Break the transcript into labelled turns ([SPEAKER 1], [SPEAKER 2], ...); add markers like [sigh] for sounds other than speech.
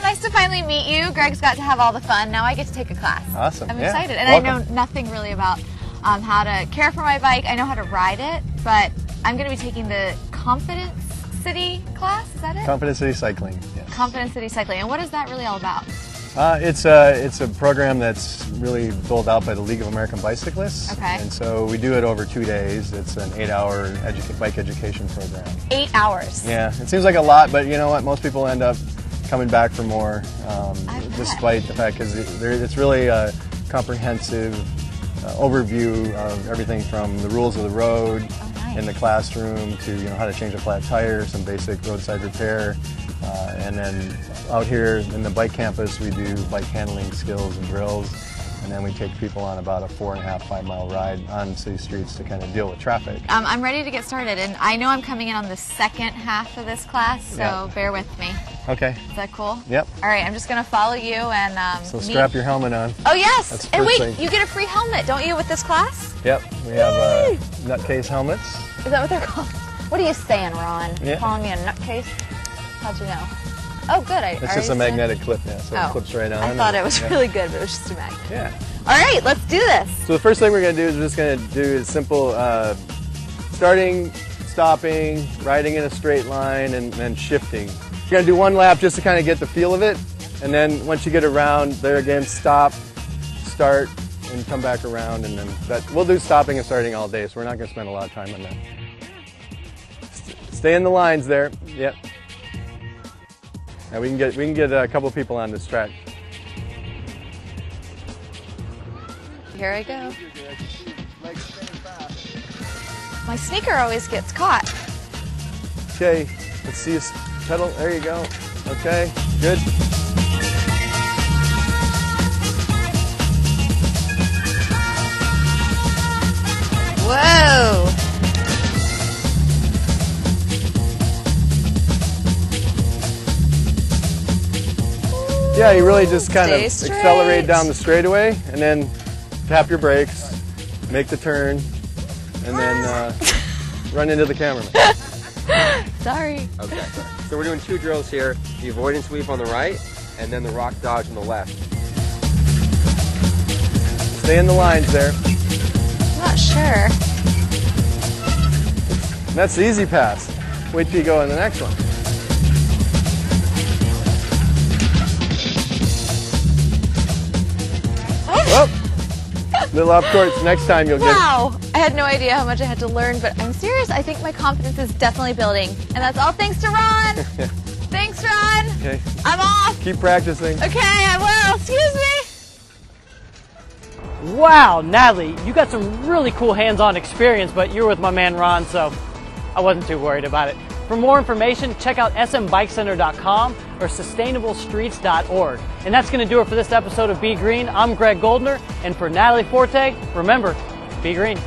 [SPEAKER 1] to meet you. Greg's got to have all the fun. Now I get to take a class.
[SPEAKER 2] Awesome,
[SPEAKER 1] I'm
[SPEAKER 2] yeah.
[SPEAKER 1] excited. And I know
[SPEAKER 2] Welcome.
[SPEAKER 1] nothing really about um, how to care for my bike. I know how to ride it, but I'm going to be taking the Confidence City class. Is that it?
[SPEAKER 2] Confidence City Cycling. Yes.
[SPEAKER 1] Confidence City Cycling. And what is that really all about?
[SPEAKER 2] Uh, it's a it's a program that's really doled out by the League of American Bicyclists.
[SPEAKER 1] Okay.
[SPEAKER 2] And so we do it over two days. It's an eight-hour educa- bike education program.
[SPEAKER 1] Eight hours.
[SPEAKER 2] Yeah, it seems like a lot, but you know what? Most people end up coming back for more, um,
[SPEAKER 1] I bet.
[SPEAKER 2] despite the fact because it's really a comprehensive uh, overview of everything from the rules of the road
[SPEAKER 1] Oh, nice.
[SPEAKER 2] in the classroom to you know how to change a flat tire, some basic roadside repair, uh, and then out here in the bike campus we do bike handling skills and drills. And then we take people on about a four and a half, five mile ride on city streets to kind of deal with traffic.
[SPEAKER 1] Um, I'm ready to get started, and I know I'm coming in on the second half of this class, so
[SPEAKER 2] Yeah.
[SPEAKER 1] bear with me.
[SPEAKER 2] Okay,
[SPEAKER 1] Is that cool?
[SPEAKER 2] Yep.
[SPEAKER 1] All right, I'm just gonna follow you and um,
[SPEAKER 2] so
[SPEAKER 1] meet-
[SPEAKER 2] strap your helmet on.
[SPEAKER 1] Oh yes.
[SPEAKER 2] That's
[SPEAKER 1] and wait,
[SPEAKER 2] first thing.
[SPEAKER 1] you get a free helmet, don't you, with this class?
[SPEAKER 2] Yep, we have uh, nutcase helmets.
[SPEAKER 1] Is that what they're called? What are you saying, Ron?
[SPEAKER 2] Yeah.
[SPEAKER 1] Calling me a nutcase? How'd you know? Oh, good. I,
[SPEAKER 2] It's
[SPEAKER 1] already
[SPEAKER 2] just a
[SPEAKER 1] said-
[SPEAKER 2] magnetic clip now, so
[SPEAKER 1] Oh.
[SPEAKER 2] it clips right on.
[SPEAKER 1] I thought
[SPEAKER 2] and-
[SPEAKER 1] it was
[SPEAKER 2] yeah.
[SPEAKER 1] really good, but it was just a magnet.
[SPEAKER 2] Yeah.
[SPEAKER 1] All right, let's do this.
[SPEAKER 2] So the first thing we're gonna do is we're just gonna do is simple uh, starting, stopping, riding in a straight line, and then shifting. You're gonna do one lap just to kind of get the feel of it, and then once you get around, there again, stop, start, and come back around, and then that, we'll do stopping and starting all day, so we're not gonna spend a lot of time on that. S- Stay in the lines there. Yep. Now we can get we can get a couple people on this track.
[SPEAKER 1] Here I go. My sneaker always gets caught.
[SPEAKER 2] Okay, let's see his pedal. There you go. Okay, good.
[SPEAKER 1] Whoa.
[SPEAKER 2] Yeah, you really just kind of
[SPEAKER 1] Stay straight.
[SPEAKER 2] accelerate down the straightaway and then tap your brakes, make the turn, and
[SPEAKER 1] [laughs]
[SPEAKER 2] then uh, run into the cameraman.
[SPEAKER 1] Sorry.
[SPEAKER 3] Okay. So we're doing two drills here: the avoidance sweep on the right, and then the rock dodge on the left.
[SPEAKER 2] Stay in the lines there.
[SPEAKER 1] I'm not sure.
[SPEAKER 2] And that's the easy pass. Wait till you go on the next one. Oh, little off course. Next time you'll get
[SPEAKER 1] Wow! I had no idea how much I had to learn, but I'm serious. I think my confidence is definitely building. And that's all thanks to Ron. thanks, Ron.
[SPEAKER 2] Okay,
[SPEAKER 1] I'm off.
[SPEAKER 2] keep practicing.
[SPEAKER 1] Okay, I will. Excuse me.
[SPEAKER 4] Wow, Natalie, you got some really cool hands on experience, but you were with my man Ron, so I wasn't too worried about it. For more information, check out smbikecenter.com or sustainablestreets.org. And that's going to do it for this episode of Be Green. I'm Greg Goldner, and for Natalie Forte, remember, be green.